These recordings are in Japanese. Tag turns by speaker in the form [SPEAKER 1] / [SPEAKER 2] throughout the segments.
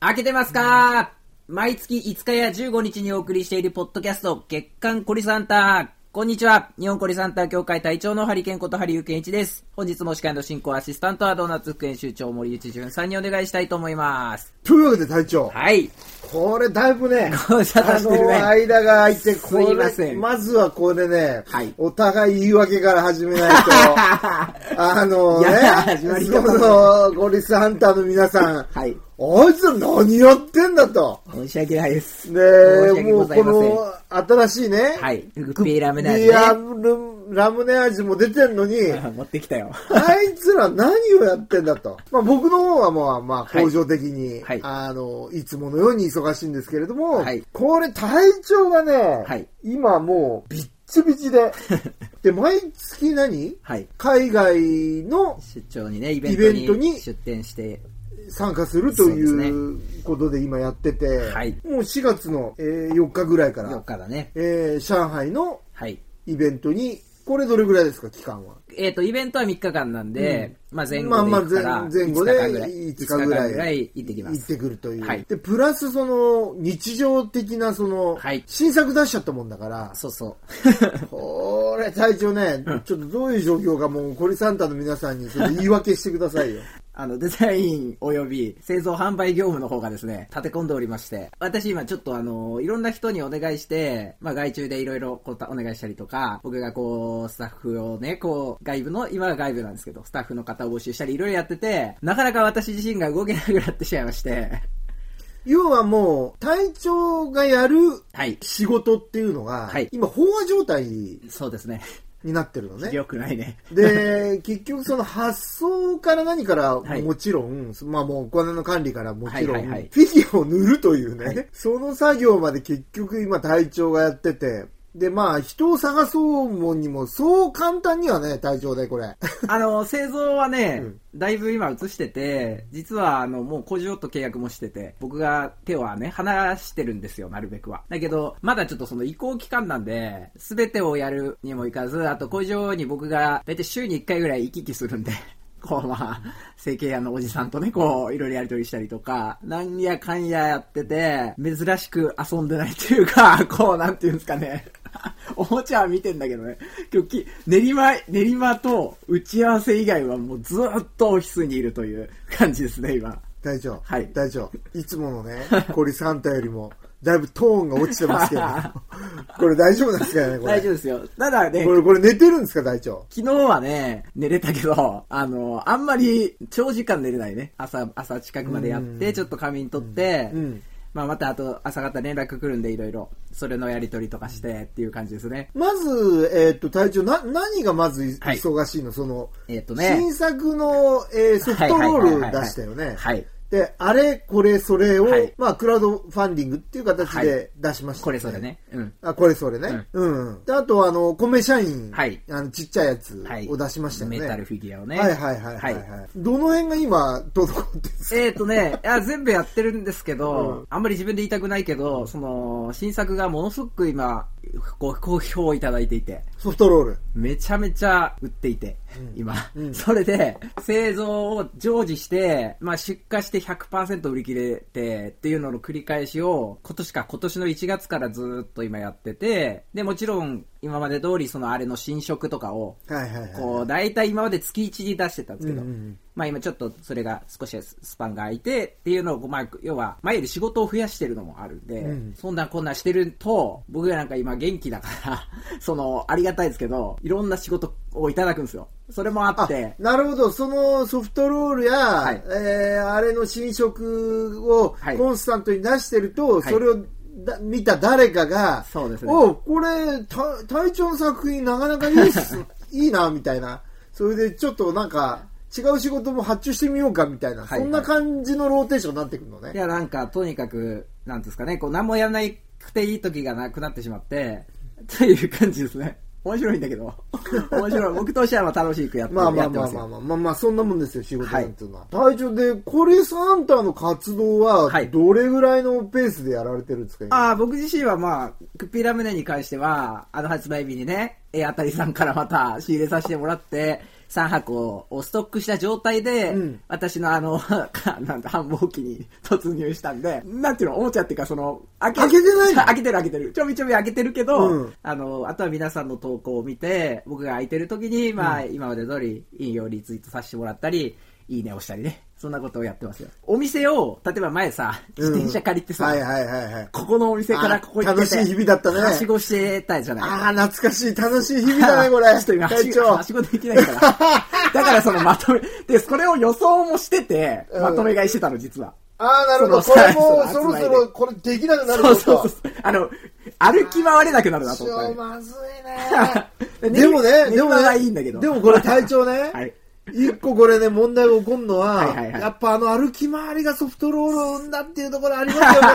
[SPEAKER 1] 開けてますか毎月5日や15日にお送りしているポッドキャスト、月刊コリサンタ。こんにちは。日本コリサンタ協会隊長のハリケンことハリウケンイチです。本日も司会の進行アシスタントはドーナツ副編集長森内潤さんにお願いしたいと思います。
[SPEAKER 2] というわけで隊長、
[SPEAKER 1] はい。
[SPEAKER 2] これだいぶね、
[SPEAKER 1] ご無沙汰してるね
[SPEAKER 2] あの間が空いて、こ
[SPEAKER 1] すい
[SPEAKER 2] れ
[SPEAKER 1] ません
[SPEAKER 2] まずはこれね、
[SPEAKER 1] はい
[SPEAKER 2] お互い言い訳から始めな いと、あの
[SPEAKER 1] いや
[SPEAKER 2] ね
[SPEAKER 1] 始ま、り方
[SPEAKER 2] そ
[SPEAKER 1] が
[SPEAKER 2] のゴリスハンターの皆さん、
[SPEAKER 1] はい。
[SPEAKER 2] あいつら何やってんだと。
[SPEAKER 1] 申し訳ないです。申し
[SPEAKER 2] で、
[SPEAKER 1] 訳
[SPEAKER 2] も
[SPEAKER 1] ご
[SPEAKER 2] う
[SPEAKER 1] ざい
[SPEAKER 2] こ
[SPEAKER 1] ません
[SPEAKER 2] の新しいね、
[SPEAKER 1] はい。グッピーラムナ
[SPEAKER 2] ビア
[SPEAKER 1] ー
[SPEAKER 2] ルラムネ味も出てんのに、
[SPEAKER 1] ズ ね。持ってきたよ。
[SPEAKER 2] あいつら何をやってんだと。まあ、僕の方はまあまあ
[SPEAKER 1] はい
[SPEAKER 2] 恒常的に、
[SPEAKER 1] はい
[SPEAKER 2] あの、いつものように忙しいんですけれども、
[SPEAKER 1] はい
[SPEAKER 2] これ体調がね、
[SPEAKER 1] はい
[SPEAKER 2] 今もうびっちびち で。で、毎月何
[SPEAKER 1] はい。
[SPEAKER 2] 海外の
[SPEAKER 1] 出張にね、イベ
[SPEAKER 2] イベ
[SPEAKER 1] ン
[SPEAKER 2] ン
[SPEAKER 1] ト
[SPEAKER 2] ト
[SPEAKER 1] に
[SPEAKER 2] に
[SPEAKER 1] 出店して、
[SPEAKER 2] 参加すると
[SPEAKER 1] そ
[SPEAKER 2] い
[SPEAKER 1] うです
[SPEAKER 2] うことで今やってて、
[SPEAKER 1] はい
[SPEAKER 2] もう4月の、え4日ぐらいか
[SPEAKER 1] 4
[SPEAKER 2] ら、
[SPEAKER 1] 日だね。
[SPEAKER 2] えー上海の
[SPEAKER 1] はい。
[SPEAKER 2] イベントに、これどれぐらいですか、期間は。
[SPEAKER 1] えっ、と、イベントは3日間なんで、まあ前後
[SPEAKER 2] まあ
[SPEAKER 1] で
[SPEAKER 2] まあ
[SPEAKER 1] 行くから、
[SPEAKER 2] 前前後で
[SPEAKER 1] 5日間ぐらい、
[SPEAKER 2] 5日ぐらい
[SPEAKER 1] 5ぐらい行ってきま
[SPEAKER 2] 行っ
[SPEAKER 1] す。
[SPEAKER 2] てくるという、
[SPEAKER 1] はい
[SPEAKER 2] でプラスその日常的なその、
[SPEAKER 1] はい
[SPEAKER 2] 新作出しちゃったもんだから
[SPEAKER 1] そうそう。
[SPEAKER 2] これ隊長ね、ちょっとどういう状況かもうコリサンタの皆さんにちょっと言い訳してくださいよ
[SPEAKER 1] あの、デザイン及び製造販売業務の方がですね、立て込んでおりまして、私今ちょっとあの、いろんな人にお願いして、まあ外注でいろいろこうたお願いしたりとか、僕がこう、スタッフをね、こう、外部の、今は外部なんですけど、スタッフの方を募集したりいろいろやってて、なかなか私自身が動けなくなってしまいまして、
[SPEAKER 2] 要はもう隊長がやる
[SPEAKER 1] はい。
[SPEAKER 2] 仕事っていうのが、
[SPEAKER 1] はい
[SPEAKER 2] 今飽和状態に
[SPEAKER 1] そうですね。
[SPEAKER 2] なってるのね
[SPEAKER 1] 良くないね。
[SPEAKER 2] で、結局その発想から何から
[SPEAKER 1] はい
[SPEAKER 2] もちろん、まあもうお金の管理からもちろん、
[SPEAKER 1] はいはいはい
[SPEAKER 2] フィギュアを塗るというね、その作業まで結局今隊長がやってて、で、まあ人を探そうもにもそう簡単にはね、隊長でこれ。
[SPEAKER 1] あの、製造はね、だいぶ今移してて、実はあの、もう工場と契約もしてて、僕が手はね、離してるんですよ、なるべくは。だけど、まだちょっとその移行期間なんで、すべてをやるにもいかず、あと工場に僕が、だいたい週に1回ぐらい行き来するんで。こうまあ、整形屋のおじさんとね、こう、いろいろやりとりしたりとか、なんやかんややってて、珍しく遊んでないっていうか、 こう、なんていうんですかね。 おもちゃは見てんだけどね。今日き、練馬、練馬と打ち合わせ以外はもうずーっとオフィスにいるという感じですね、今。
[SPEAKER 2] 隊長、
[SPEAKER 1] はい
[SPEAKER 2] 隊長、いつも のね、コリサンタよりも、だいぶトーンが落ちてますけど、これ大丈夫なんですかね、これ。
[SPEAKER 1] 大丈夫ですよ。ただね
[SPEAKER 2] こ、れ、これ寝てるんですか、隊長。
[SPEAKER 1] 昨日はね、寝れたけど、あの、あんまり長時間寝れないね。朝、朝近くまでやって、ちょっと仮眠取って、
[SPEAKER 2] うん
[SPEAKER 1] まあまたあと朝方連絡来るんでいろいろ、それのやり取りとかしてっていう感じですね。
[SPEAKER 2] まず、えっ、と、隊長、な、何がまずい
[SPEAKER 1] はい
[SPEAKER 2] 忙しいの、その、
[SPEAKER 1] えっ、とね。
[SPEAKER 2] 新作の、えーソフトロ
[SPEAKER 1] はいはいはいは
[SPEAKER 2] ー
[SPEAKER 1] い
[SPEAKER 2] ル
[SPEAKER 1] はい
[SPEAKER 2] 出したよね。
[SPEAKER 1] はい。
[SPEAKER 2] で、あれ、これ、それを、
[SPEAKER 1] はい
[SPEAKER 2] まあ、クラウドファンディングっていう形
[SPEAKER 1] は
[SPEAKER 2] で出しました、
[SPEAKER 1] これそれ。ね。うん。
[SPEAKER 2] あ、これそれね。うん。で、あと、あの、米社員、
[SPEAKER 1] はい
[SPEAKER 2] あの、ちっちゃいやつ
[SPEAKER 1] はい。
[SPEAKER 2] を出しましたよね。
[SPEAKER 1] メタルフィギュアをね。
[SPEAKER 2] はいはいはいはい、はいどの辺が今、滞ってるんですか
[SPEAKER 1] えーとね、いや全部やってるんですけど、あんまり自分で言いたくないけど、その、新作がものすごく今、ご好評をいただいていて、
[SPEAKER 2] ソフトロール。
[SPEAKER 1] めちゃめちゃ売っていて、今、
[SPEAKER 2] うん
[SPEAKER 1] それで、製造を常時して、まあ出荷して100%売り切れてっていうのの繰り返しを、今年か今年の1月からずーっと今やってて、で、もちろん今まで通りそのあれの新色とかを、
[SPEAKER 2] はいはいはい。
[SPEAKER 1] こう、大体今まで月1に出してたんですけど、
[SPEAKER 2] うんうんうん
[SPEAKER 1] まあ今ちょっとそれが少しスパンが空いてっていうのを、まあ、要は前より仕事を増やしてるのもあるんで、
[SPEAKER 2] うん
[SPEAKER 1] そんなこんなしてると、僕がなんか今元気だから、 その、ありがたいですけど、いろんな仕事をいただくんですよ。それもあって、
[SPEAKER 2] なるほど、そのソフトロールや、
[SPEAKER 1] い
[SPEAKER 2] えーあれの新色を
[SPEAKER 1] はい
[SPEAKER 2] コンスタントに出してると、
[SPEAKER 1] い
[SPEAKER 2] それをだ見た誰かが、
[SPEAKER 1] そうですね
[SPEAKER 2] おこれ、た隊長の作品なかなかいいっす いいな、みたいな。それでちょっとなんか、違う仕事も発注してみようか、みたいな、
[SPEAKER 1] はいはい
[SPEAKER 2] そんな感じのローテーションになってくるの
[SPEAKER 1] い
[SPEAKER 2] ね。
[SPEAKER 1] やなんかとにかく、なんですかね、こう何もやらなくていい時がなくなってしまって、という感じですね。面白いんだけど。面白い。僕としてはまあ楽しくやって,、
[SPEAKER 2] まあま
[SPEAKER 1] や
[SPEAKER 2] あ
[SPEAKER 1] って
[SPEAKER 2] ま
[SPEAKER 1] ま
[SPEAKER 2] あ
[SPEAKER 1] す
[SPEAKER 2] まあ
[SPEAKER 1] よ。
[SPEAKER 2] まあまあ、まあ、そんなもんですよ、仕事なんていうのは。隊長で、コリスハンターの活動は
[SPEAKER 1] はい、
[SPEAKER 2] どれぐらいのペースでやられてるんですか、今
[SPEAKER 1] ああ、僕自身はまあ、クッピーラムネに関しては、あの発売日にね、えあたりさんからまた仕入れさせてもらって、3箱をストックした状態で、
[SPEAKER 2] うん
[SPEAKER 1] 私のあの、 かなんだ、繁忙期に突入したんで、なんていうの、おもちゃっていうか、その、開
[SPEAKER 2] 開けてないの
[SPEAKER 1] 開けてる開けてる。ちょびちょび開けてるけど、
[SPEAKER 2] うん
[SPEAKER 1] あの、あとは皆さんの投稿を見て、僕が空いてる時に、まあ、今まで通り、引用リツイートさせてもらったり、いいねをしたりね。そんなことをやってますよ。お店を、例えば前さ、自転車借りてさ、
[SPEAKER 2] はいはいはいはい。
[SPEAKER 1] ここのお店からここ行ってて
[SPEAKER 2] あ楽しい日々だったね
[SPEAKER 1] はしごしてたじゃない。
[SPEAKER 2] ああ、懐かしい、楽しい日々だ ね、これ。
[SPEAKER 1] ちょっと今、は
[SPEAKER 2] 隊
[SPEAKER 1] しご
[SPEAKER 2] 長
[SPEAKER 1] は。しごできない から。だからそのまとめ、で、それを予想もしてて、
[SPEAKER 2] うん
[SPEAKER 1] まとめ買いしてたの、実は。
[SPEAKER 2] ああ、なるほど。
[SPEAKER 1] そ
[SPEAKER 2] こ
[SPEAKER 1] の
[SPEAKER 2] れもう
[SPEAKER 1] さ
[SPEAKER 2] そ
[SPEAKER 1] 集
[SPEAKER 2] ろそ
[SPEAKER 1] まり
[SPEAKER 2] ろこれできなくなる
[SPEAKER 1] そうそう
[SPEAKER 2] こ
[SPEAKER 1] そうそ
[SPEAKER 2] と
[SPEAKER 1] う。あの、歩き回れなくなるなと思った
[SPEAKER 2] ちょ
[SPEAKER 1] ね
[SPEAKER 2] まずいね。
[SPEAKER 1] ね
[SPEAKER 2] でも ね、
[SPEAKER 1] ね
[SPEAKER 2] でも
[SPEAKER 1] 今
[SPEAKER 2] ね、
[SPEAKER 1] はいいんだけど
[SPEAKER 2] でもこれ隊長ね、
[SPEAKER 1] はい。
[SPEAKER 2] 一個これね、問題が起こるのは、
[SPEAKER 1] はいはいはい
[SPEAKER 2] やっぱあの歩き回りがソフトロールを生んだっていうところありますよ、これ。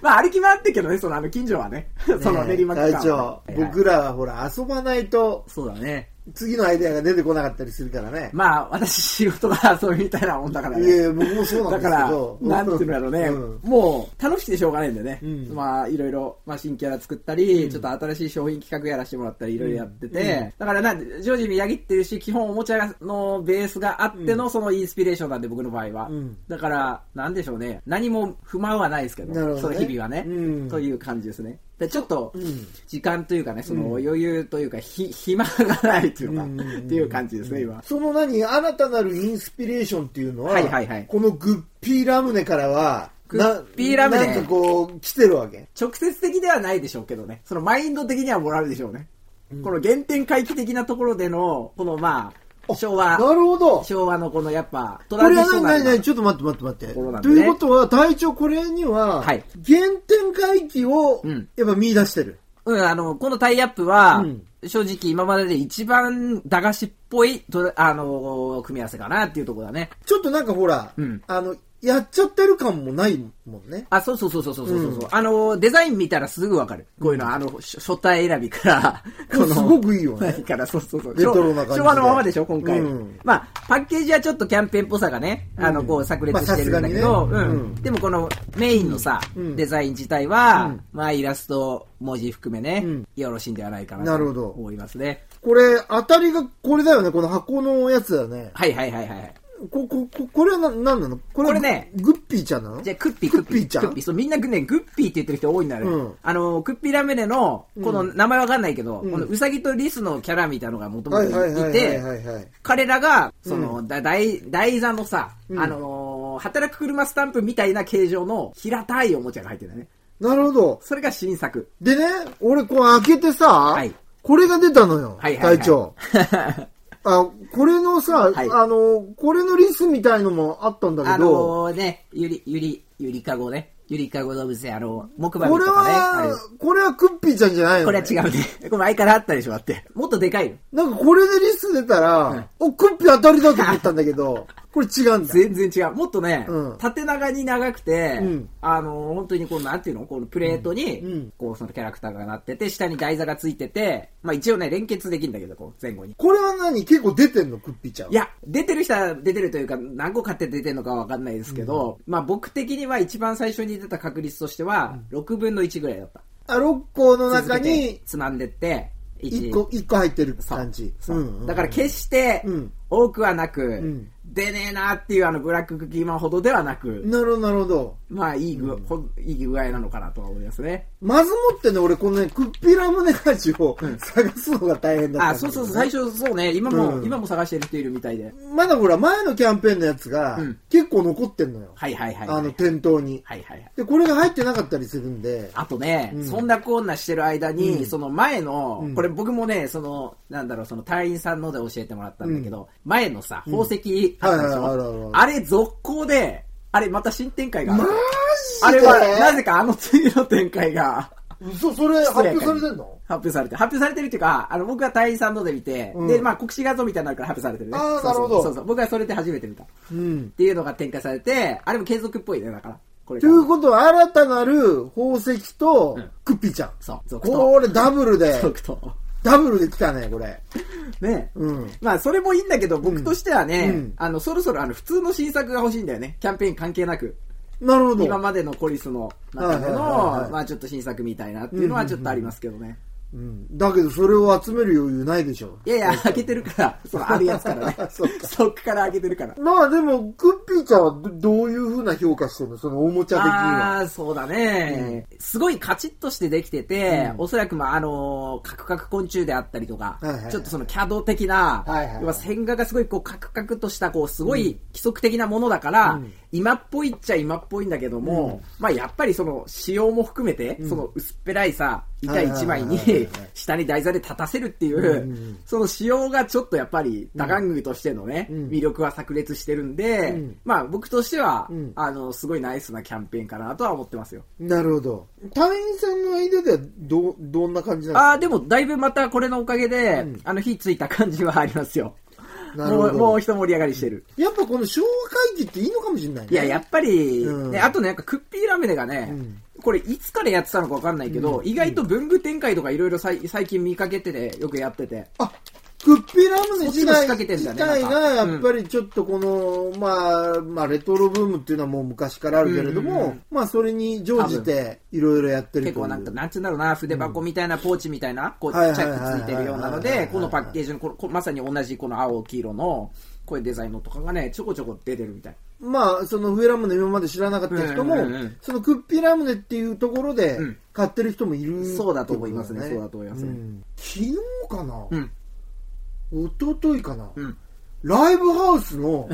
[SPEAKER 1] まあ、歩き回ってけどね、その、あの、近所はね。 その、
[SPEAKER 2] ねえ
[SPEAKER 1] 練馬区間はね
[SPEAKER 2] 隊長、
[SPEAKER 1] はいはい
[SPEAKER 2] 僕らはほら、遊ばないと、
[SPEAKER 1] そうだね。
[SPEAKER 2] 次のアイデアが出てこなかったりするからね。
[SPEAKER 1] まあ、私、仕事がそうみたいなもんだから
[SPEAKER 2] い
[SPEAKER 1] ね。
[SPEAKER 2] やいや、僕もそうな
[SPEAKER 1] だ
[SPEAKER 2] ん
[SPEAKER 1] か
[SPEAKER 2] ですけ
[SPEAKER 1] ら
[SPEAKER 2] ど。、
[SPEAKER 1] なんていうのやろうね、
[SPEAKER 2] うん
[SPEAKER 1] もう楽しくてしょうがないんだよね。
[SPEAKER 2] うん
[SPEAKER 1] まあ、いろいろ、まあ、新キャラ作ったり、ちょっと新しい商品企画やらせてもらったり、いろいろやってて、だからなん、常時見やぎってるし、基本おもちゃのベースがあっての、そのインスピレーションなんで、僕の場合は。
[SPEAKER 2] うん
[SPEAKER 1] だから、なんでしょうね、何も不満はないですけど、
[SPEAKER 2] なるほ
[SPEAKER 1] そ
[SPEAKER 2] ど
[SPEAKER 1] の
[SPEAKER 2] ね
[SPEAKER 1] 日々はね、
[SPEAKER 2] うん
[SPEAKER 1] という感じですね。でちょっと
[SPEAKER 2] うん、
[SPEAKER 1] 時間というかね、その余裕というか、ひ、暇がないというか、
[SPEAKER 2] うん
[SPEAKER 1] っていう感じですね、今。
[SPEAKER 2] その何、新たなるインスピレーションっていうのは、
[SPEAKER 1] はいはいはい
[SPEAKER 2] このグッピーラムネからは、
[SPEAKER 1] グッピーラムネ
[SPEAKER 2] ななんかこう、来てるわけ。
[SPEAKER 1] 直接的ではないでしょうけどね。そのマインド的にはもらうでしょうね。この原点回帰的なところでの、このまあ、昭
[SPEAKER 2] な
[SPEAKER 1] 和、
[SPEAKER 2] るほど。
[SPEAKER 1] 昭和のこのやっぱ、ト
[SPEAKER 2] こ
[SPEAKER 1] ラン
[SPEAKER 2] れ
[SPEAKER 1] ジ
[SPEAKER 2] は
[SPEAKER 1] ション
[SPEAKER 2] 何、
[SPEAKER 1] がある
[SPEAKER 2] 何、
[SPEAKER 1] な
[SPEAKER 2] 何、ちょっと待って待って待って。
[SPEAKER 1] ところなんで
[SPEAKER 2] と
[SPEAKER 1] ね
[SPEAKER 2] いうことは、隊長これには、
[SPEAKER 1] はい
[SPEAKER 2] 原点回帰を
[SPEAKER 1] うん、
[SPEAKER 2] やっぱ見出してる。
[SPEAKER 1] うん、あの、このタイアップは、
[SPEAKER 2] うん
[SPEAKER 1] 正直今までで一番駄菓子っぽいトラ、あの、組み合わせかなっていうところだね。
[SPEAKER 2] ちょっとなんかほら、
[SPEAKER 1] うん
[SPEAKER 2] あの、やっちゃってる感もないもんね。
[SPEAKER 1] あ、そうそうそうそうそうそうそう、
[SPEAKER 2] うん
[SPEAKER 1] あの、デザイン見たらすぐわかる。こういうのは、あの、書書体選び から、この、
[SPEAKER 2] すごくいいよね
[SPEAKER 1] 何から、そうそうそう。
[SPEAKER 2] レトロな感じで
[SPEAKER 1] 昭和のままでしょ、今回、
[SPEAKER 2] うん
[SPEAKER 1] まあ、パッケージはちょっとキャンペーンっぽさがね、あの、こう、炸裂してるんだけど、
[SPEAKER 2] まあさすがにね
[SPEAKER 1] うん
[SPEAKER 2] うん
[SPEAKER 1] でもこのメインのさ、
[SPEAKER 2] うん
[SPEAKER 1] デザイン自体は、
[SPEAKER 2] うん
[SPEAKER 1] まあ、イラスト、文字含めね、
[SPEAKER 2] うん
[SPEAKER 1] よろしいんではないかな
[SPEAKER 2] な
[SPEAKER 1] と
[SPEAKER 2] るほど
[SPEAKER 1] 思いますね。
[SPEAKER 2] これ、当たりがこれだよね。この箱のやつだよね。
[SPEAKER 1] はいはいはいはい。
[SPEAKER 2] こ、こ、ここれはな、なんなのこ
[SPEAKER 1] これね
[SPEAKER 2] グッピーちゃんなの
[SPEAKER 1] じゃあ、クッピー、
[SPEAKER 2] クッピーちゃん
[SPEAKER 1] クッピー。そう、みんなね、グッピーって言ってる人多いんだよね。
[SPEAKER 2] うん
[SPEAKER 1] あの、クッピーラムネの、この名前わかんないけど、
[SPEAKER 2] うん
[SPEAKER 1] このウサギとリスのキャラみたいなのがもとも
[SPEAKER 2] は
[SPEAKER 1] とい
[SPEAKER 2] いはいはい
[SPEAKER 1] い
[SPEAKER 2] はい
[SPEAKER 1] て、
[SPEAKER 2] はいはい。
[SPEAKER 1] 彼らが、その、だ台、台座のさ、
[SPEAKER 2] うん
[SPEAKER 1] あのー働く車スタンプみたいな形状の平たいおもちゃが入ってるんだよね。
[SPEAKER 2] なるほど。
[SPEAKER 1] それが新作。
[SPEAKER 2] でね、俺こう開けてさ、
[SPEAKER 1] はい
[SPEAKER 2] これが出たのよ、
[SPEAKER 1] はいはい、はい。
[SPEAKER 2] 隊長。あ、これのさ、
[SPEAKER 1] はい
[SPEAKER 2] あの、これのリスみたいのもあったんだ
[SPEAKER 1] あ
[SPEAKER 2] けど、
[SPEAKER 1] のーね、ゆり、ゆり、ゆりかごね。ゆりかご動物園、あの、木馬
[SPEAKER 2] こ
[SPEAKER 1] み
[SPEAKER 2] れ
[SPEAKER 1] とかね。あれ
[SPEAKER 2] は、これはクッピーちゃんじゃないの、
[SPEAKER 1] これ
[SPEAKER 2] ね、
[SPEAKER 1] は違うね。 これ前からあったでしょ、だって。もっとでかいよ。
[SPEAKER 2] なんかこれでリス出たら、お、クッピー当たりだと思ったんだ けど、これ違うんだ。
[SPEAKER 1] 全然違う。もっとね、
[SPEAKER 2] うん
[SPEAKER 1] 縦長に長くて、
[SPEAKER 2] うん
[SPEAKER 1] あの、本当にこう、なんていうのこのプレートに、
[SPEAKER 2] うんうん
[SPEAKER 1] こう、そのキャラクターがなってて、下に台座がついてて、まあ一応ね、連結できるんだけど、こう、前後に。
[SPEAKER 2] これは何結構出てんのクッピーちゃん。
[SPEAKER 1] いや、出てる人は出てるというか、何個買って出てるのかわかんないですけど、まあ僕的には一番最初に出た確率としては、6分の1ぐらいだった。
[SPEAKER 2] あ、6個の中
[SPEAKER 1] 続け
[SPEAKER 2] に
[SPEAKER 1] て、つまんでって、
[SPEAKER 2] 1
[SPEAKER 1] 1
[SPEAKER 2] 個、一個入ってる
[SPEAKER 1] そう
[SPEAKER 2] 感じ。
[SPEAKER 1] そう
[SPEAKER 2] うんうん
[SPEAKER 1] だから決して
[SPEAKER 2] うん
[SPEAKER 1] 多くはなく、
[SPEAKER 2] ん
[SPEAKER 1] 出ねえなっていうあのブラッククッキーマンほどではなく、
[SPEAKER 2] なるほど、なるほど。
[SPEAKER 1] まあ、いい具、ほんいい具合なのかなとは思いますね。
[SPEAKER 2] まずもってね、俺このね、クッピーラムネ味を探すのが大変だった、
[SPEAKER 1] あ、そうそうそう、最。初そうね、今も、
[SPEAKER 2] うん
[SPEAKER 1] 今も探してる人いるみたいで。
[SPEAKER 2] まだほら、前のキャンペーンのやつが
[SPEAKER 1] うん、
[SPEAKER 2] 結構残ってんのよ。
[SPEAKER 1] はいはいはい。
[SPEAKER 2] あの、店頭に。
[SPEAKER 1] はいはいはい。
[SPEAKER 2] で、これが入ってなかったりするんで、
[SPEAKER 1] あとね、
[SPEAKER 2] うん
[SPEAKER 1] そんなこんなしてる間に、
[SPEAKER 2] うん
[SPEAKER 1] その前の、
[SPEAKER 2] うん
[SPEAKER 1] これ僕もね、その、なんだろう、その隊員さんので教えてもらったんだけど、前のさ、宝石あったでし
[SPEAKER 2] はいはいはいはいは
[SPEAKER 1] ょ
[SPEAKER 2] い
[SPEAKER 1] あれ続行で、あれまた新展開がある。あ
[SPEAKER 2] マジ
[SPEAKER 1] れ
[SPEAKER 2] で
[SPEAKER 1] は、なぜかあの次の展開が。
[SPEAKER 2] 嘘、それ発表されてんの
[SPEAKER 1] 発表されてる、発表されてるっていうか、あの、僕は隊員さんので見て、
[SPEAKER 2] うん
[SPEAKER 1] で、まあ、国士画像みたいになるから発表されてるね。そうそ
[SPEAKER 2] あー
[SPEAKER 1] う
[SPEAKER 2] なるほど
[SPEAKER 1] そうそう。僕はそれで初めて見た。っ
[SPEAKER 2] うん。
[SPEAKER 1] ていうのが展開されて、あれも継続っぽいね、だから。これ
[SPEAKER 2] と
[SPEAKER 1] が
[SPEAKER 2] いうことは、新たなる宝石と
[SPEAKER 1] うん、
[SPEAKER 2] クッピーちゃん。
[SPEAKER 1] そう、続投。
[SPEAKER 2] これダブルで、
[SPEAKER 1] 続投。
[SPEAKER 2] ダブルで来たね、これ。
[SPEAKER 1] ね。
[SPEAKER 2] うん。
[SPEAKER 1] まあ、それもいいんだけど、僕としてはね、
[SPEAKER 2] うん
[SPEAKER 1] あの、そろそろ、あの、普通の新作が欲しいんだよね。キャンペーン関係なく。
[SPEAKER 2] なるほど。
[SPEAKER 1] 今までのコリスの中で
[SPEAKER 2] はいはいはいは
[SPEAKER 1] の、
[SPEAKER 2] い
[SPEAKER 1] まあ、ちょっと新作みたいなっていうのはちょっとありますけどね。
[SPEAKER 2] うん。だけど、それを集める余裕ないでしょ。
[SPEAKER 1] いやいや、開けてるから、そのあるやつからね
[SPEAKER 2] 。そっか
[SPEAKER 1] ストックから開けてるから。
[SPEAKER 2] まあでも、クッピーちゃんはどどういう風な評価してるのそのおもちゃ的に
[SPEAKER 1] あ
[SPEAKER 2] は。
[SPEAKER 1] あー、そうだね、すごいカチッとしてできてて、おそらく、まあ、あのーカクカク昆虫であったりとか、
[SPEAKER 2] はいはいはい
[SPEAKER 1] ちょっとそのキャド的な、
[SPEAKER 2] はいはいはい
[SPEAKER 1] 要は線画がすごいこうカクカクとした、こう、すごい規則的なものだから、今っぽいっちゃ今っぽいんだけども、まあ、やっぱりその、仕様も含めて、その薄っぺらいさ、板一枚に
[SPEAKER 2] はいはいはいはい、
[SPEAKER 1] 下に台座で立たせるっていう、
[SPEAKER 2] んうん
[SPEAKER 1] その仕様がちょっとやっぱり、ダガングとしてのね、
[SPEAKER 2] うん
[SPEAKER 1] 魅力は炸裂してるんで、
[SPEAKER 2] うん
[SPEAKER 1] まあ、僕としては、
[SPEAKER 2] うん
[SPEAKER 1] あの、すごいナイスなキャンペーンかなとは思ってますよ。
[SPEAKER 2] なるほど。隊員さんの間では、どう、どんな感じなの
[SPEAKER 1] ああ、でも、だいぶまたこれのおかげで、あの、火ついた感じはありますよ。
[SPEAKER 2] なるほ
[SPEAKER 1] も
[SPEAKER 2] ど
[SPEAKER 1] う、もう一盛り上がりしてる。
[SPEAKER 2] やっぱこの昭和会議っていいのかもしれないね。
[SPEAKER 1] いや、やっぱり、
[SPEAKER 2] うん
[SPEAKER 1] ね、あとね、なんかクッピーラムネがね、
[SPEAKER 2] うん
[SPEAKER 1] これいつからやってたのかわかんないけど、意外と文具展開とかいろいろ最最近見かけてて、よくやってて。
[SPEAKER 2] あ、クッピーラムネ自
[SPEAKER 1] そっち
[SPEAKER 2] 体
[SPEAKER 1] も仕掛けてんだ
[SPEAKER 2] 自
[SPEAKER 1] ね
[SPEAKER 2] 体が
[SPEAKER 1] なんか
[SPEAKER 2] やっぱりちょっとこの、まあ、まあレトロブームっていうのはもう昔からあるけれども、
[SPEAKER 1] うんうんうん
[SPEAKER 2] まあそれに乗じていろいろやってるとい
[SPEAKER 1] 結
[SPEAKER 2] う
[SPEAKER 1] 構なんか、なんつうんだろうな、筆箱みたいな、ポーチみたいな、こう、ち
[SPEAKER 2] はい
[SPEAKER 1] っ
[SPEAKER 2] は
[SPEAKER 1] ち
[SPEAKER 2] い
[SPEAKER 1] ゃ
[SPEAKER 2] はい
[SPEAKER 1] くつ
[SPEAKER 2] はい
[SPEAKER 1] いてるようなの
[SPEAKER 2] はいはい
[SPEAKER 1] で
[SPEAKER 2] は、い
[SPEAKER 1] このパッケージのこの、こまさに同じこの青、黄色の、こういうデザインのとかがね、ちょこちょこ出てるみたい。
[SPEAKER 2] まあその笛ラムネ今まで知らなかった人も、
[SPEAKER 1] うんうんうん
[SPEAKER 2] そのクッピーラムネっていうところで
[SPEAKER 1] うん
[SPEAKER 2] 買ってる人もいる、
[SPEAKER 1] そうだと思いますね
[SPEAKER 2] ってこ
[SPEAKER 1] そうだと思いますね
[SPEAKER 2] ん昨日かな、
[SPEAKER 1] うん。
[SPEAKER 2] 一昨日かな、
[SPEAKER 1] うん。
[SPEAKER 2] ライブハウスの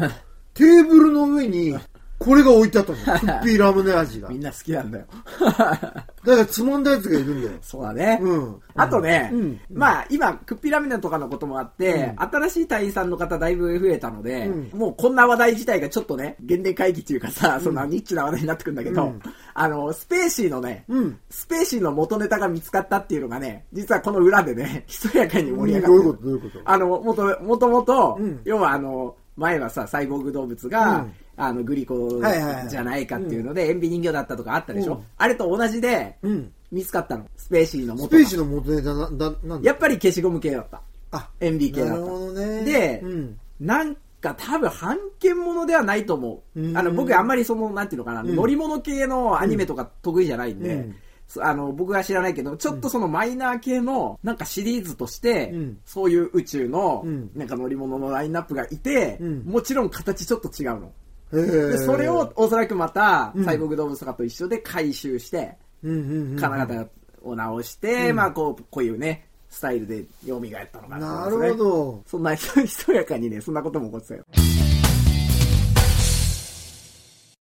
[SPEAKER 2] テーブルの上にこれが置いて あったのクッピーラムネ味が
[SPEAKER 1] みんな好きなんだよ。
[SPEAKER 2] だからつまんだやつがいるんだよ
[SPEAKER 1] そうだね。
[SPEAKER 2] うん
[SPEAKER 1] あとね、
[SPEAKER 2] うん
[SPEAKER 1] まあ今、クッピーラミネとかのこともあって、新しい隊員さんの方だいぶ増えたので、
[SPEAKER 2] う
[SPEAKER 1] もうこんな話題自体がちょっとね、原点会議っていうかさ、そんなニッチな話題になってくるんだけど、
[SPEAKER 2] うん
[SPEAKER 1] あの、スペーシーのね、
[SPEAKER 2] うん
[SPEAKER 1] スペーシーの元ネタが見つかったっていうのがね、実はこの裏でね、ひそやかに盛り上がってる。
[SPEAKER 2] どういうことどういうこと
[SPEAKER 1] あの、もと、もともと、
[SPEAKER 2] うん
[SPEAKER 1] 要はあの、前はさ、サイボーグ動物が、
[SPEAKER 2] うん
[SPEAKER 1] あの、グリコ
[SPEAKER 2] はいはいはい
[SPEAKER 1] じゃないかっていうので、塩ビ人形だったとかあったでしょ、
[SPEAKER 2] うん
[SPEAKER 1] あれと同じで、
[SPEAKER 2] うん
[SPEAKER 1] 見つかったの。スペーシーの
[SPEAKER 2] ス
[SPEAKER 1] 元
[SPEAKER 2] ペ
[SPEAKER 1] が
[SPEAKER 2] ーシーの元ネタなだなんだ
[SPEAKER 1] やっぱり消しゴム系だった。
[SPEAKER 2] あ
[SPEAKER 1] 塩ビ系だった。
[SPEAKER 2] なるほどね
[SPEAKER 1] で、
[SPEAKER 2] うん
[SPEAKER 1] なんか多分半券ものではないと思う。
[SPEAKER 2] うん
[SPEAKER 1] あの、僕あんまりその、なんていうのかな、
[SPEAKER 2] ん
[SPEAKER 1] 乗り物系のアニメとか得意じゃないんで、
[SPEAKER 2] うん
[SPEAKER 1] そあの、僕は知らないけど、ちょっとそのマイナー系の、なんかシリーズとして、
[SPEAKER 2] うん
[SPEAKER 1] そういう宇宙の
[SPEAKER 2] うん、
[SPEAKER 1] なんか乗り物のラインナップがいて、
[SPEAKER 2] うん
[SPEAKER 1] もちろん形ちょっと違うの。
[SPEAKER 2] へー
[SPEAKER 1] で、それをおそらくまた
[SPEAKER 2] うん、
[SPEAKER 1] サイボーグ動物とかと一緒で回収して、
[SPEAKER 2] うんうんうん
[SPEAKER 1] 金型を直して、まあこう、こういうね、スタイルで蘇ったのかな
[SPEAKER 2] な
[SPEAKER 1] と思いますね、
[SPEAKER 2] るほど
[SPEAKER 1] そんな、ひそひそやかにね、そんなことも起こってたよ。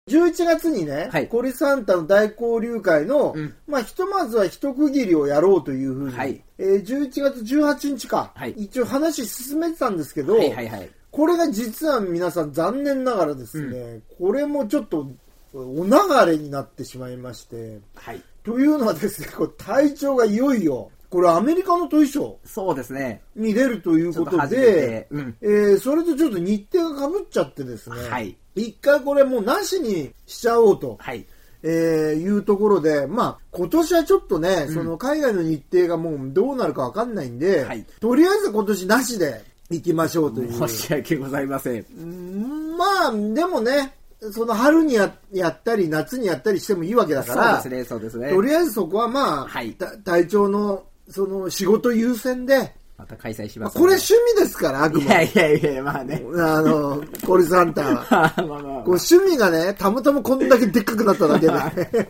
[SPEAKER 2] 11月にね、
[SPEAKER 1] はい
[SPEAKER 2] コリサンタの大交流会の、
[SPEAKER 1] うん
[SPEAKER 2] まあ、ひとまずは一区切りをやろうというふうに、
[SPEAKER 1] はい
[SPEAKER 2] えー11月18日か、
[SPEAKER 1] はい
[SPEAKER 2] 一応話進めてたんですけど、
[SPEAKER 1] はいはいはい。
[SPEAKER 2] これが実は皆さん残念ながらですね、これもちょっとお流れになってしまいまして、
[SPEAKER 1] はい。
[SPEAKER 2] というのはですね、これ隊長がいよいよ、これアメリカのトイショー
[SPEAKER 1] そうですね。
[SPEAKER 2] に出るという
[SPEAKER 1] ちょ
[SPEAKER 2] こ
[SPEAKER 1] っと
[SPEAKER 2] と
[SPEAKER 1] 初め
[SPEAKER 2] で
[SPEAKER 1] て、、うん。
[SPEAKER 2] えーそれとちょっと日程がかぶっちゃってですね、
[SPEAKER 1] はい。
[SPEAKER 2] 一回これもうなしにしちゃおうと。
[SPEAKER 1] はい。
[SPEAKER 2] えーいうところで、まあ、今年はちょっとね、その海外の日程がもうどうなるかわかんないんで、
[SPEAKER 1] はい
[SPEAKER 2] とりあえず今年なしで行きましょうという。
[SPEAKER 1] 申し訳ございません。
[SPEAKER 2] うんまあ、でもね、その春にややったり、夏にやったりしてもいいわけだか
[SPEAKER 1] そう
[SPEAKER 2] ら、
[SPEAKER 1] ですね、そうですね
[SPEAKER 2] と。りあえずそこはまあ、
[SPEAKER 1] はい
[SPEAKER 2] た隊長のその仕事優先で、
[SPEAKER 1] また開催し
[SPEAKER 2] ま
[SPEAKER 1] ま
[SPEAKER 2] あ
[SPEAKER 1] す
[SPEAKER 2] これ
[SPEAKER 1] ので。
[SPEAKER 2] 趣味ですから、あく
[SPEAKER 1] い
[SPEAKER 2] ま
[SPEAKER 1] や
[SPEAKER 2] で。
[SPEAKER 1] いやいや、まあね。
[SPEAKER 2] あの、コリサンタは。
[SPEAKER 1] まあまあまあ
[SPEAKER 2] こう趣味がね、たまたまこんだけでっかくなっただけで。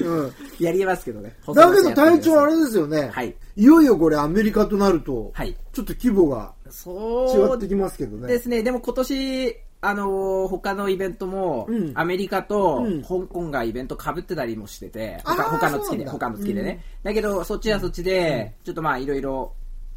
[SPEAKER 2] うん、
[SPEAKER 1] やりますけどね。
[SPEAKER 2] だけど隊長あ
[SPEAKER 1] れ
[SPEAKER 2] れですよね、
[SPEAKER 1] はい、
[SPEAKER 2] よいよこれアメリカとなると、
[SPEAKER 1] はい
[SPEAKER 2] ちょっと規模が
[SPEAKER 1] そ
[SPEAKER 2] 違
[SPEAKER 1] う
[SPEAKER 2] ってきますけどね。
[SPEAKER 1] ですね、でも今年、あのー他のイベントも、
[SPEAKER 2] うん
[SPEAKER 1] アメリカと
[SPEAKER 2] うん
[SPEAKER 1] 香港がイベント被ってたりもしてて、
[SPEAKER 2] あー
[SPEAKER 1] 他他の月で、
[SPEAKER 2] そうなんだ
[SPEAKER 1] 他の月でね。だけど、そっちはそっちで、ちょっとまあ、いろいろ、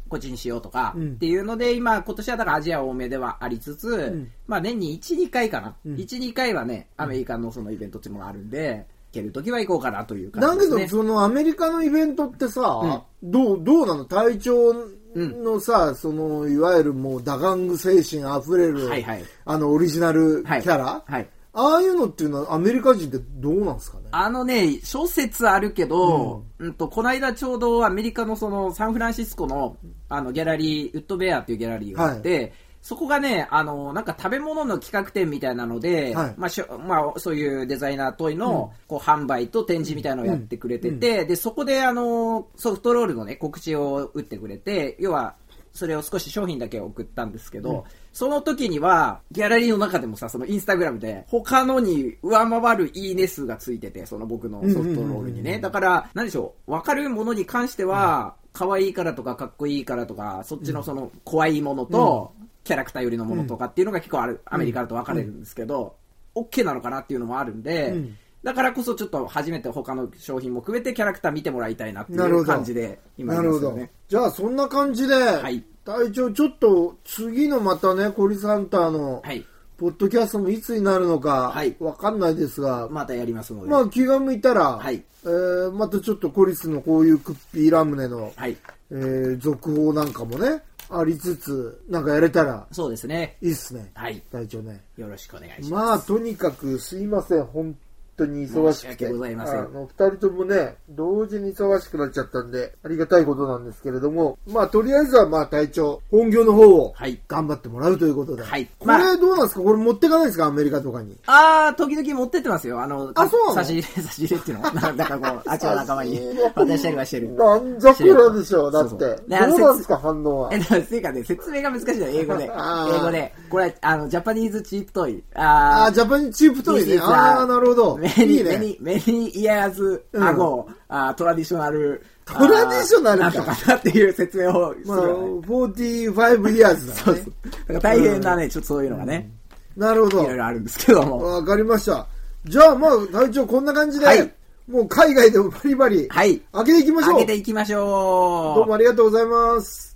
[SPEAKER 1] こっちにしようとか、
[SPEAKER 2] うん
[SPEAKER 1] っていうので、今、今年はだからアジア多めではありつつ、
[SPEAKER 2] ん
[SPEAKER 1] まあ、年に1、2回かな。
[SPEAKER 2] ん
[SPEAKER 1] 1、2回はね、アメリカのそのイベントっていうのがあるんで、行けるときは行こうかなという感
[SPEAKER 2] だ
[SPEAKER 1] じ
[SPEAKER 2] け
[SPEAKER 1] です、ね。
[SPEAKER 2] ど、そのアメリカのイベントってさ、どう、どうなの隊長のさ、その、いわゆるもう、ダガング精神あふれる、
[SPEAKER 1] はいはい
[SPEAKER 2] あの、オリジナルキ
[SPEAKER 1] はい
[SPEAKER 2] ャラ、
[SPEAKER 1] はい。
[SPEAKER 2] ああいうのっていうのは、アメリカ人ってどうなんですかね
[SPEAKER 1] あのね、諸説あるけど、うんと、この間ちょうどアメリカのそのサンフランシスコのあのギャラリー、ウッドベアっていうギャラリーがあって、そこがね、あの、なんか食べ物の企画展みたいなので、
[SPEAKER 2] はい
[SPEAKER 1] まあしょまあ、そういうデザイナー問いの、こう、販売と展示みたいなのをやってくれてて、で、そこで、あの、ソフトロールのね、告知を打ってくれて、要は、それを少し商品だけ送ったんですけど、その時には、ギャラリーの中でもさ、そのインスタグラムで、他のに上回るいいね数がついてて、その僕のソフトロールにね。だから、何でしょう、わかるものに関しては、可愛いからとか、かっこいいからとか、そっちのその、怖いものと、キャラクター寄りのものとかっていうのが結構ある、アメリカだと分かれるんですけど、OK なのかなっていうのもあるんで、
[SPEAKER 2] うん
[SPEAKER 1] だからこそちょっと初めて他の商品も含めてキャラクター見てもらいたいなってい
[SPEAKER 2] なるほ
[SPEAKER 1] う
[SPEAKER 2] ど
[SPEAKER 1] 感じで今い
[SPEAKER 2] なる
[SPEAKER 1] ま
[SPEAKER 2] ほ
[SPEAKER 1] すよ
[SPEAKER 2] ど
[SPEAKER 1] ね。。
[SPEAKER 2] じゃあ、そんな感じで、
[SPEAKER 1] い
[SPEAKER 2] 隊長、ちょっと、次のまたね、コリサンターの、
[SPEAKER 1] はい。
[SPEAKER 2] ポッドキャストもいつになるのか
[SPEAKER 1] はい、
[SPEAKER 2] わかんないですが、
[SPEAKER 1] またやりますので。
[SPEAKER 2] まあ、気が向いたら、
[SPEAKER 1] はい
[SPEAKER 2] えーまたちょっとコリスのこういうクッピーラムネの、
[SPEAKER 1] はい。
[SPEAKER 2] えー続報なんかもね、ありつつ、なんかやれたら
[SPEAKER 1] そうですね。
[SPEAKER 2] いいっすね。
[SPEAKER 1] はい。
[SPEAKER 2] 隊長ね。
[SPEAKER 1] よろしくお願いします。
[SPEAKER 2] まあ、とにかくすいません、本当に忙しく。
[SPEAKER 1] 申して訳ございません
[SPEAKER 2] あの、二人ともね、同時に忙しくなっちゃったんで、ありがたいことなんですけれども、まあ、とりあえずはまあ、隊長、本業の方を
[SPEAKER 1] はい、
[SPEAKER 2] 頑張ってもらうということで。
[SPEAKER 1] はい
[SPEAKER 2] これどうなんですかこれ持ってかないですかアメリカとかに。
[SPEAKER 1] あー、時々持ってってますよ。あの、
[SPEAKER 2] あそうなの
[SPEAKER 1] 差し入れ、差し入れって いうの。なんかこう、あっちの仲間に
[SPEAKER 2] 差し入れ
[SPEAKER 1] 渡したりはしてる。
[SPEAKER 2] なんじゃこりゃでしょう、だって。
[SPEAKER 1] そうそ
[SPEAKER 2] ど
[SPEAKER 1] ううであの
[SPEAKER 2] なんですか反応は
[SPEAKER 1] え、。だからていうかね、説明が難しいの、英語で。
[SPEAKER 2] あー
[SPEAKER 1] 英語で。これ、あの、ジャパニーズチープトイ。
[SPEAKER 2] あ
[SPEAKER 1] あ
[SPEAKER 2] ー、ジャパニーチープトイね。あー、なるほど。
[SPEAKER 1] メ
[SPEAKER 2] い
[SPEAKER 1] ニ
[SPEAKER 2] い
[SPEAKER 1] ー、メ
[SPEAKER 2] ね。
[SPEAKER 1] ニー、メニーイヤーズ、
[SPEAKER 2] うん
[SPEAKER 1] アゴ、あートラディショナル。ト
[SPEAKER 2] トラディショナルか
[SPEAKER 1] なんとかなっていう説明をする
[SPEAKER 2] まあ、
[SPEAKER 1] よね。
[SPEAKER 2] 45 years だ
[SPEAKER 1] そう
[SPEAKER 2] ね
[SPEAKER 1] そう。だから大変だね、ちょっとそういうのがね、
[SPEAKER 2] なるほど
[SPEAKER 1] いろ。いろあるんですけども。
[SPEAKER 2] わかりました。じゃあ、まあ、隊長こんな感じで、
[SPEAKER 1] はい
[SPEAKER 2] もう海外でもバリバリ、
[SPEAKER 1] はい。
[SPEAKER 2] 開けていきましょう。
[SPEAKER 1] 上げていきましょう。
[SPEAKER 2] どうもありがとうございます。